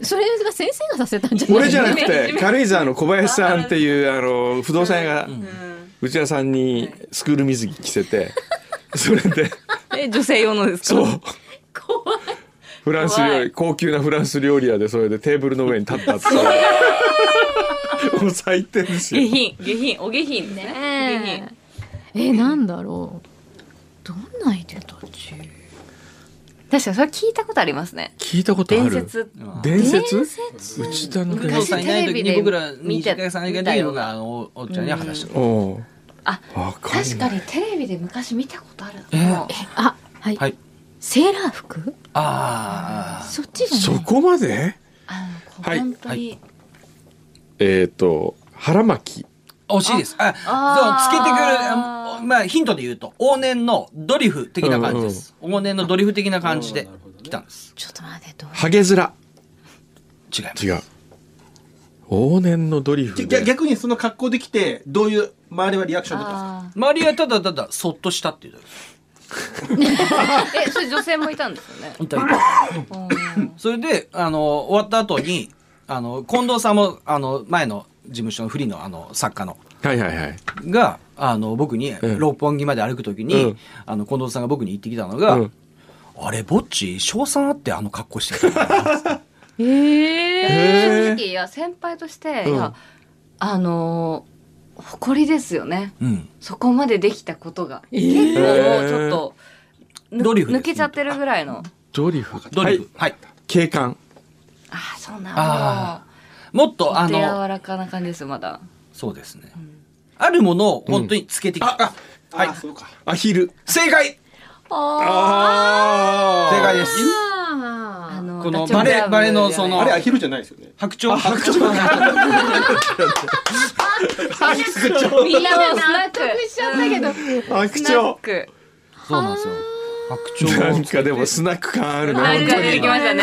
それが先生がさせたんじゃない俺じゃなく て軽井沢の小林さんっていうあの不動産屋が内田さんにスクール水着着せて それでえ女性用のですそか。う怖いフランス料理高級なフランス料理屋でそれでテーブルの上に立ったっていうもう最低です下よ品下品お下品ですね。下えー、品。なんだろうどんないでたち確かにそれ聞いたことありますね。聞いたことあ伝る説。伝説伝説内田の不動産いない時に僕ら昔テレビで見西て川さんが出るのがあのおっちゃんに話してた。おうあわかんない確かにテレビで昔見たことあるな。あはい、はい。セーラー服あそっちじゃそないこまであのこうはい本当にえっと腹巻きあ惜しいです。ああそうつけてくるああまあヒントで言うと往年のドリフ的な感じです。往年のドリフ的な感じで来たんです。ちょっと待ってどうハゲヅラ違います。違う往年のドリフぎで逆にその格好で来てどういう周りはリアクションだったんですかあ周りはただただそっとしたっていうだけです。え、それ女性もいたんですよね。いたいたそれであの終わった後にあの近藤さんもあの前の事務所のフリーのあの作家のはいはいはい。があの僕にえ六本木まで歩くときに、うんあの近藤さんが僕に言ってきたのが「うんあれぼっち賞賛あってあの格好してるからへー正直いや先輩として、うんいやあのー誇りですよね」。うんそこまでできたことが、結構もうちょっとぬドリフです抜けちゃってるぐらいの。ドリフ。ドリフはい。はい、警官。あー、そうなんあだ。もっとああのの柔らかな感じですよまだ。そうですね、あるものを本当につけてきた、はい。あそうか。アヒル。正解あ正解ですああのこのダチョウ倶楽部バレバレのそのあれアヒルじゃないですよね。白鳥白鳥みんなもスナックしちゃったけど。白スナッ鳥。クそうなんですよ白鳥 なんかでもスナック感あるね。あ本る当出てにきましたね。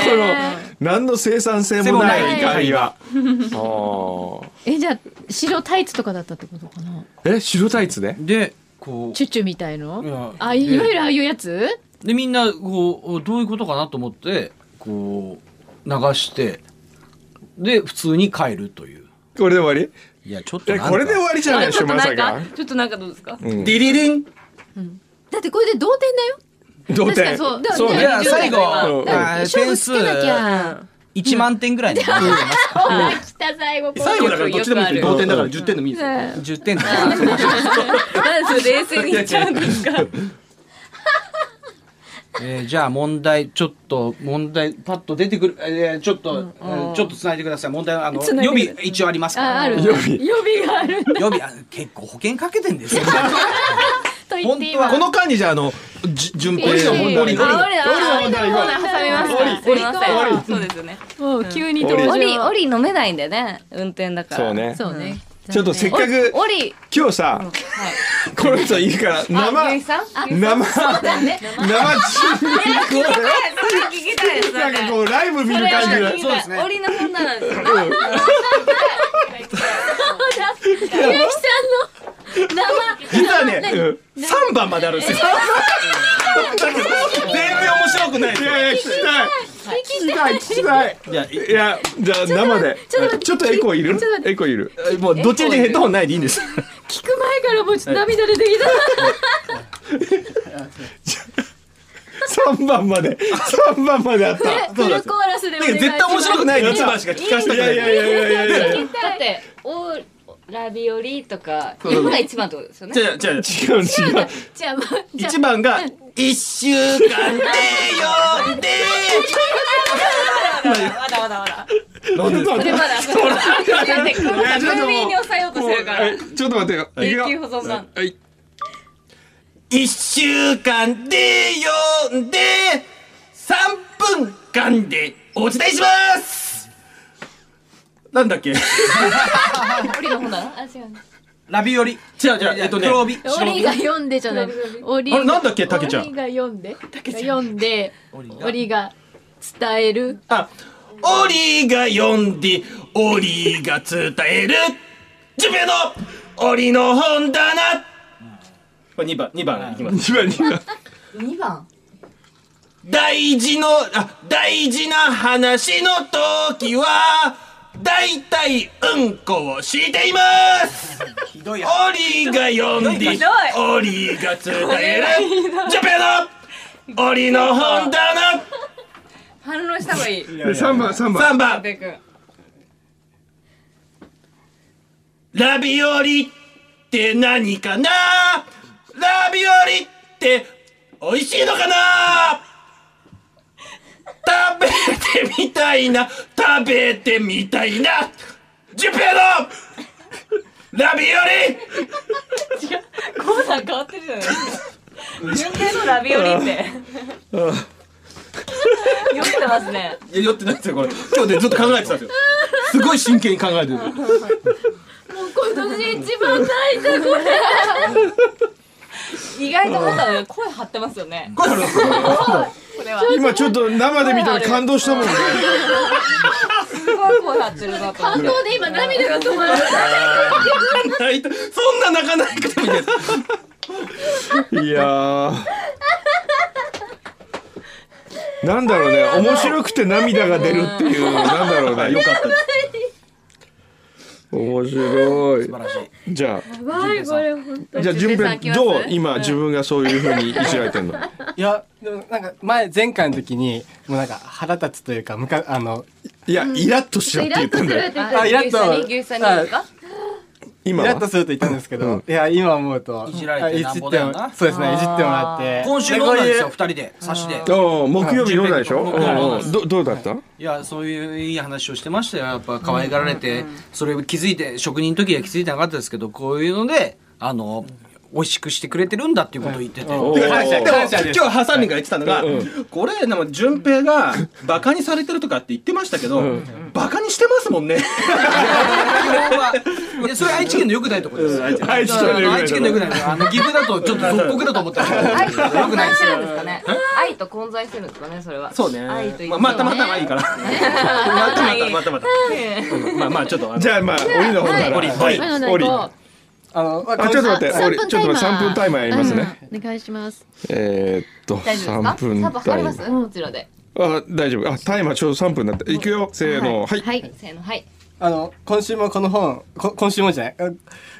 何の生産性もない怒りは。あえ、じゃあ、白タイツとかだったってことかなーえ、白タイツね。でこチュッチュみたいのういやあ、いわゆるああいうやつでみんなこうどういうことかなと思ってこう流してで普通に帰るというこれで終わいやちょっとりえ、なんかこれで終わりじゃないでしちょょ、っとまなさんかか。ちょっとなんかどうですか。うんディリリンだってこれで同点だよ。同確か点。にそう。そうねいや最後うんあー勝負つけなきゃ。 1万点ぐらいのほら、来た最後。最後だからどっちでもいいですよよくあ同る点だから10点でもいいですよ。 ね10点とかなんでそれ冷静に言っちゃうんですか。えーじゃあ問題ちょっと問題パッと出てくる、えーちょっと、えーちょっとつないでください問題はあの予つないでく備一応ありますからあ、ある。予備予備があるんだ予備あ結構保険かけてんで すよと言っ本て当今。はこの間にじゃああのじ順平ええのオリあ、オリだ。オリののコーナー挟みますから。すオみリません。そうですよね。もう急にオリ登場。オリオリ飲めないんだよね。運転だから。そう。ね。そうね。ちょっとせっかく、オリ。今日さ、はい。この人いいから、あゆい生、さん。あ、生、だね。生中継をねそれ聞きたいです。それなんかこう、ライブ見そるれは感じ聞がき。たい。オリの本棚なんですよね。ゆうきさんの生。実はね3番まであるんですよ全然面白くないいやいや、聞きたい。聞きたい、聞きたい。いや、じゃあ生で。ちょっと待ってちょっとエコーいるちょっと待ってエコーいる。もうどっちみちヘッドホンないでいいんです聞く前からもうちょっと涙出てきた。 3番まで。3番まであった。フルコーラスでお願いします。絶対面白くない1番しか聞かせたくいなやいいやいやいやいやいや。聞きたいだってオラビオリとか今が一番ってことですよね。じゃあじゃあ違う違う。じゃあもうじゃあ1番が「一週間で呼んでまだまだまだ。」なんでそれまだ。それだってこいのやちょっともうムービーに抑えようとしてるから。はいちょっと待ってよ。いくよ永久保存版。はい。 1週間で呼んで3分間でお伝えしますなんだっ けオリの本棚。あ、違う。ラビオリじゃあじゃあえっとね黒帯オリが読んでじゃない。オリあれなんだっけタケちゃんオリが読んで。読んで。オリが伝える。あオリが呼んでオリが伝える準備のオリの本棚これ2番2番いきます一番二番。二番。大事のあ大事な話の時はだいたいうんこをしていますひどいやオリが呼んでひどいオリが伝えるジャペのオリの本棚 反論した方がいい。で三番三番。 3番ベ君。ラビオリって何かなラビオリって美味しいのかな食べてみたいな食べてみたいなジュペのラビオリコーナー変わってるじゃないですか。順平のラビオリって。読んでますね。いや、酔ってないですよ、これ。今日ね、ずっと考えてたんですよ。すごい真剣に考えてる。もう今年一番泣いたこれ。意外とまだ声張ってますよね。これあるんですよ。これは。今ちょっと生で見たら感動したもんね。すごい声張ってるなと思って感動で今涙が止 まらない。泣いたそんな泣かなくてもいいですいやー。なんだろうね面白くて涙が出るっていうなんだろうねよかったです。面白い晴らしい。じゃばいこれ本当あじゃあ順順平さん平来ますどう今自分がそういうふうにいじられてんのいや、でもなんか前、前回の時に、もうなんか腹立つというか、むか、あの、いやイラッとしろって言ったんだよあイラッと牛さんに牛さんにですか今イラッとはすると言ったんですけど、いや、今思うと、いじられてあないんじぼっだてよもなそうですね、いじってもらって。今週飲んだんですよ、二人で、差しで。おう木曜日飲んだでしょ、はいうんうんどどうだった、いや、そういういい話をしてましたよ。やっぱ可愛がられて、それを気づいて、職人の時は気づいてなかったですけど、こういうので、あの、美味しくしてくれてるんだっていうことを言ってて。おう感謝、でも感謝です。今日ハサミが言ってたのが、これなんか順平がバカにされてるとかって言ってましたけど、バカにしてますもんね。いやそれ愛知県の良くないところです。愛愛知県の良くないとこ知県の良くないとこ。あの、岐阜だとちょっと属国だと思ったら、愛と良混くない在でしすてよるん。ですかね愛と混在してるんですかねそれはそうね。愛と一緒まあまたまたはいいから。またまたまたまた。うんまあまあちょっとあのじゃあまあ鬼の方からオリオリなのオでリこあの、まああちょっと待ってあ俺ちょっと待って3 3分分タタイマーやりますね、うお願いしますえー、っと大丈3夫です分かタサイりマますーこちらであ大丈夫あタイマーちょうど3分になったいくよせーのはい、はいせーのはいあの、今週もこの本、こ今週もじゃない、あ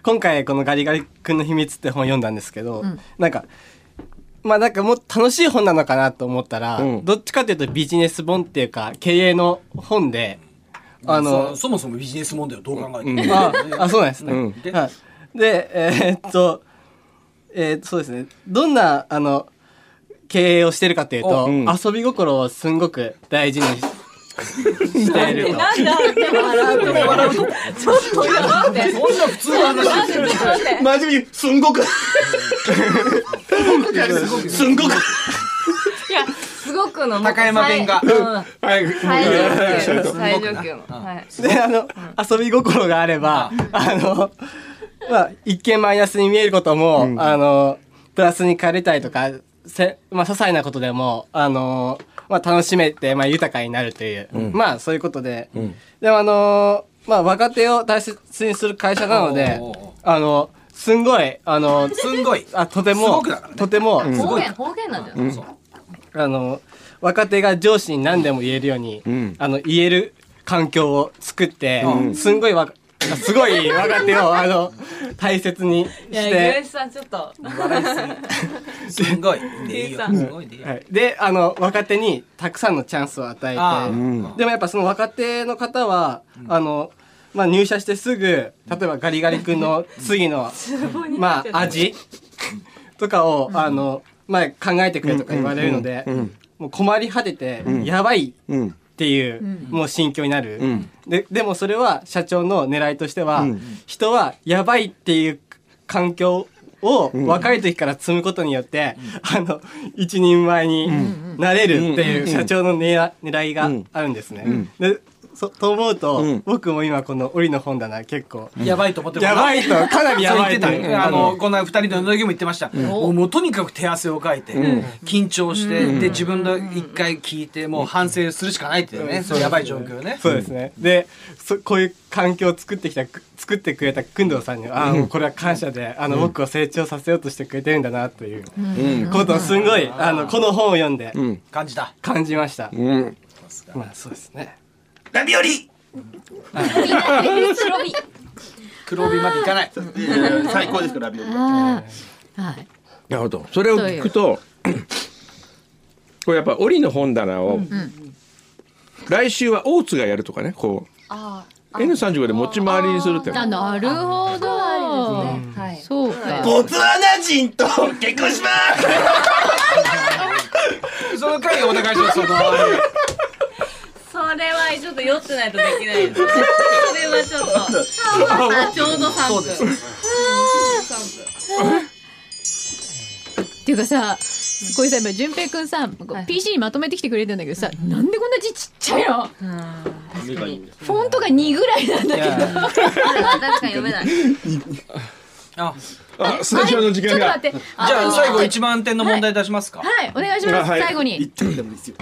今回このガリガリ君の秘密って本読んだんですけど、なんか、まあなんかもう楽しい本なのかなと思ったら、うんどっちかというとビジネス本っていうか、経営の本で、あのそ、そもそもビジネス問題をどう考えてうもんああ、そうなんですね。うんではい、で、えーっと、えーそうですね。どんな、あの、経営をしてるかというと、うん遊び心をすんごく大事にししていると。そんな普通の話ですよ。真面目にすんごくすんごくいやすごくの高山弁がうんはいもう最上級ん最上級のはいで、あの、遊び心があれば、あの、まあ、一見マイナスに見えることも、あの、プラスに変えれたりとか、せまあ、些細なことでも、あの、まあ、楽しめて、まあ、豊かになるという、まあ、そういうことで、でも、あの、まあ、若手を大切にする会社なのでおー、あの、すんごい、あの、すんごい。あとてすごも、くだからねとても、方言方言なんじゃないあの、若手が上司に何でも言えるように、んあの、言える環境を作って、すんごいわ、すごい若手 を、あの、大切にしいやて牛、さんちょっとすんごい。でいいよ。すごいでいいよ。はい、で、あの、若手にたくさんのチャンスを与えて、ああでもやっぱその若手の方は、あの、まあ、入社してすぐ、例えばガリガリ君の 次の、まあ、味とかを、あの、まあ、考えてくれとか言われるので、もう困り果てて、やばいうんっていう、もう心境になる、んででもそれは社長の狙いとしては、うん人はやばいっていう環境を若い時から積むことによって、あの一人前になれるっていう社長の狙狙いがあるんですね。でそと思うと、ん僕も今この「折の本棚」結構、やばいと思ってるやばいとかなりやばいとそう言ってたあのこの二人の時も言ってました、もうもうとにかく手汗をかいて、緊張して、で自分で一回聞いてもう反省するしかないっていうね、そうやばい状況ね、そうですね。で、そこういう環境を作ってきた、く作ってくれた工藤さんには、あもうこれは感謝で、あの、僕を成長させようとしてくれてるんだな、ということをすんごい、あの、この本を読んでうん感じだ感じました。うんまあ、そうですね。ラビオリ白身黒帯までいかないいやいや最高ですよラビオリ。ああはいなるほどそれを聞くとこれやっぱ檻の本棚を、来週は大津がやるとかねこあう N35 で持ち回りにするってあなるほどあはいそうかボツワナ人と結婚しますその回お願い しますそのそれはちょっと酔ってないとできないですそれはちょっとちょうど3分っていうかさこれさ今淳平くんさ PC にまとめてきてくれてんだけどさなんでこんな字ちっちゃいのフォントが2ぐらいなんだけど確かに読めないああスタジオの時ちょ間っと待がってじゃあ最後はい1万点の問題出しますか、お願いしますあはい最後に言ってもでもいいですよ。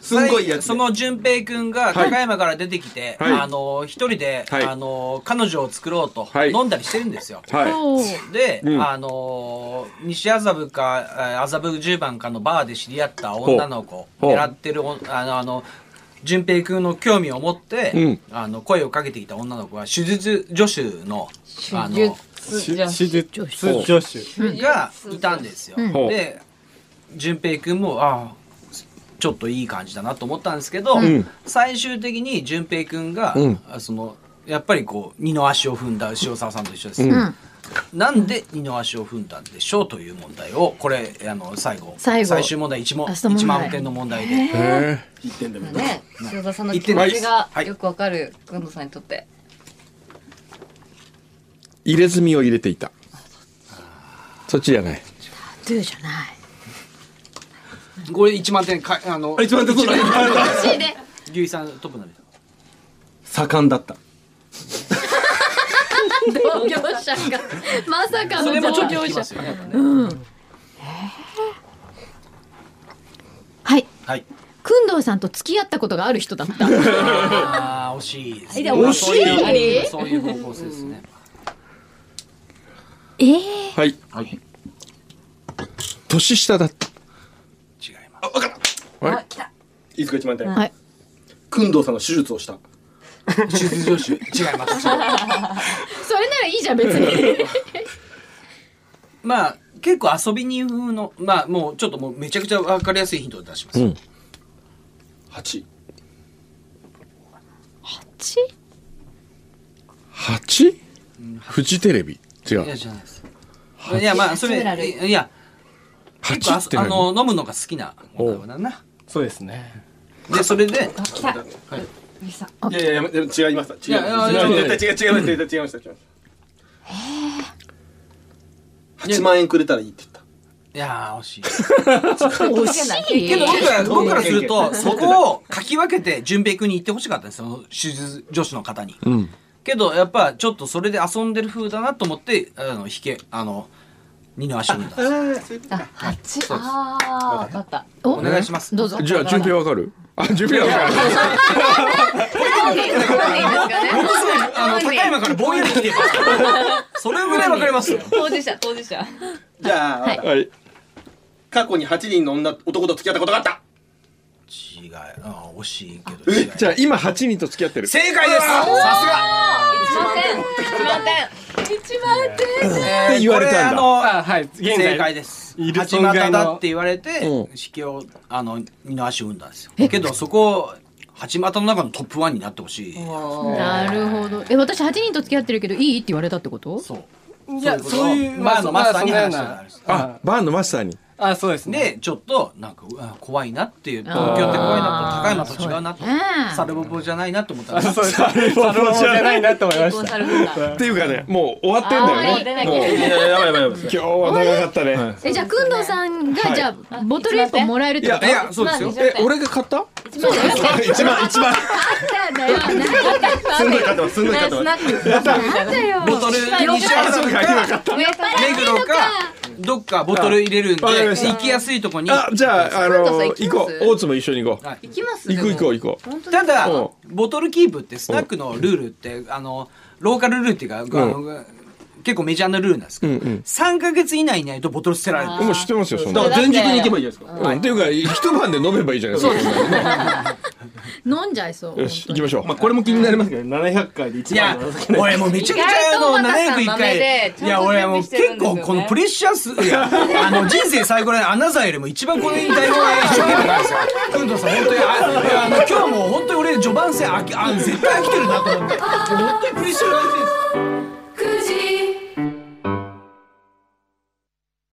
すんごいやつでその淳平くんがはい高山から出てきて、はいあの一人で、はいあの彼女を作ろうと、はい飲んだりしてるんですよ。はい。おーで、んあの西麻布かえー麻布十番かのバーで知り合った女の子ほうほう狙ってるおあのあの淳平君の興味を持って、うんあの声をかけてきた女の子は手術助手のあの手術助手。がいたんですよ。ほうで淳平君もああちょっといい感じだなと思ったんですけど、ん最終的に淳平君が、うんあそのやっぱりこう二の足を踏んだ塩沢さんと一緒です、うんなんで二の足を踏んだんでしょうという問題をこれあの最後最後終問題一問ラスト問題一万保険の問題でへね塩田さんの言っ気て持ないちがはいよくわかるくんどさんにとってー入れ墨を入れていた。そっちじゃない。 Do じゃないこれ一万点かあの一番出そうだ私で牛井さんトップになる盛んだった同業者がまさかの同業者よねはいはいくんどうさんと付き合ったことがある人だったあー惜しいですね惜しいそういう方向性ですねえー、はい。はい年下だった。違いますあ来たいいですか一万点はい工藤さんが手術をした手術助手違いますそれならいいじゃん別にまあ結構遊び人風のまあもうちょっともうめちゃくちゃ分かりやすいヒントを出します、うん八。ち八？フジテレビ。違いやう。じゃないですいやまあそれいや結八構あっそてあ何？の飲むのが好きな女の子だなそうですね。でそれでいやいやいや違います違いまいやいやいやす絶対違います絶対違いました違います八万円くれたらいいって言ったいやー惜しい惜しいけど僕は僕からす る持っとそこをかき分けて純平君に行ってほしかったんですその手術女子の方に、んけどやっぱちょっとそれで遊んでる風だなと思ってあの引けあの二の足を踏んだんですあ八ああわかったおお願いしますどうぞじゃあ順平わかる？あ順平わかる。僕すごいあの高山からぼんやり来てますそれぐらいわかりますよ当事者当事者じゃあはい。過去に八人の女男と付き合ったことがあった違いあ惜しいけど違えいじゃあ今8人と付き合ってる。正解ですさすが一万点一万点って言われたんだこれあのあ、はい。現正在解ですいる八股だって言われうてん子宮をあの二の足を産んだんですよけどそこを八股の中のトップワンになってほしいなるほどえ私8人と付き合ってるけどいいって言われたってことそういや、そういう、まああのマスターに話したことああるんですあバーンのマスターに。あ、そうですね。でちょっとなんかうわ怖いなっていう東京って怖いなと高山と違うなとそうねサルボボじゃないなと思ったんですそうです。サルボじゃないなと思いまコンしサた。ルフンダっていうかねもう終わってんだよね。出なきもうゃやばいやばいやばい今日は長かったね。えじゃあくんどうさんがじゃあボトル1本もらえるってこといやいやそうですよえ俺が買った？一番一番なんだよなんすんごい勝ってますすんごい勝ってますだよボトルにしあそうか今買った。目黒かどっかボトル入れるんでわかりました行きやすいとこにあじゃああそうのだそう行行きこまうす大津も一緒に行こう。はい行きます行く行こうう行こただうんボトルキープってスナックのルールってあのローカルルールっていうか、あの結構メジャーなルールなんですけど、うんうん3か月以内にないとボトル捨てられるんう。でもう知ってますよそんなだのか。ら前日に行けばいいじゃないですかうんっていうか一晩で飲めばいいじゃないですか。飲んじゃいそうよし行きましょう。まあこれも気になりますけど700回で一すいや番の俺もうめちゃくちゃあの意外と尾形さ701回ん豆でいや俺もう結構このプレッシャーすい やあの人生最高でアナザーよりも一番この台本が一生懸命なんですよ工藤さん本当にあいやあの今日もう本当に俺序盤戦あきあ絶対飽きてるなと思って本当にプレッシャーがあるんです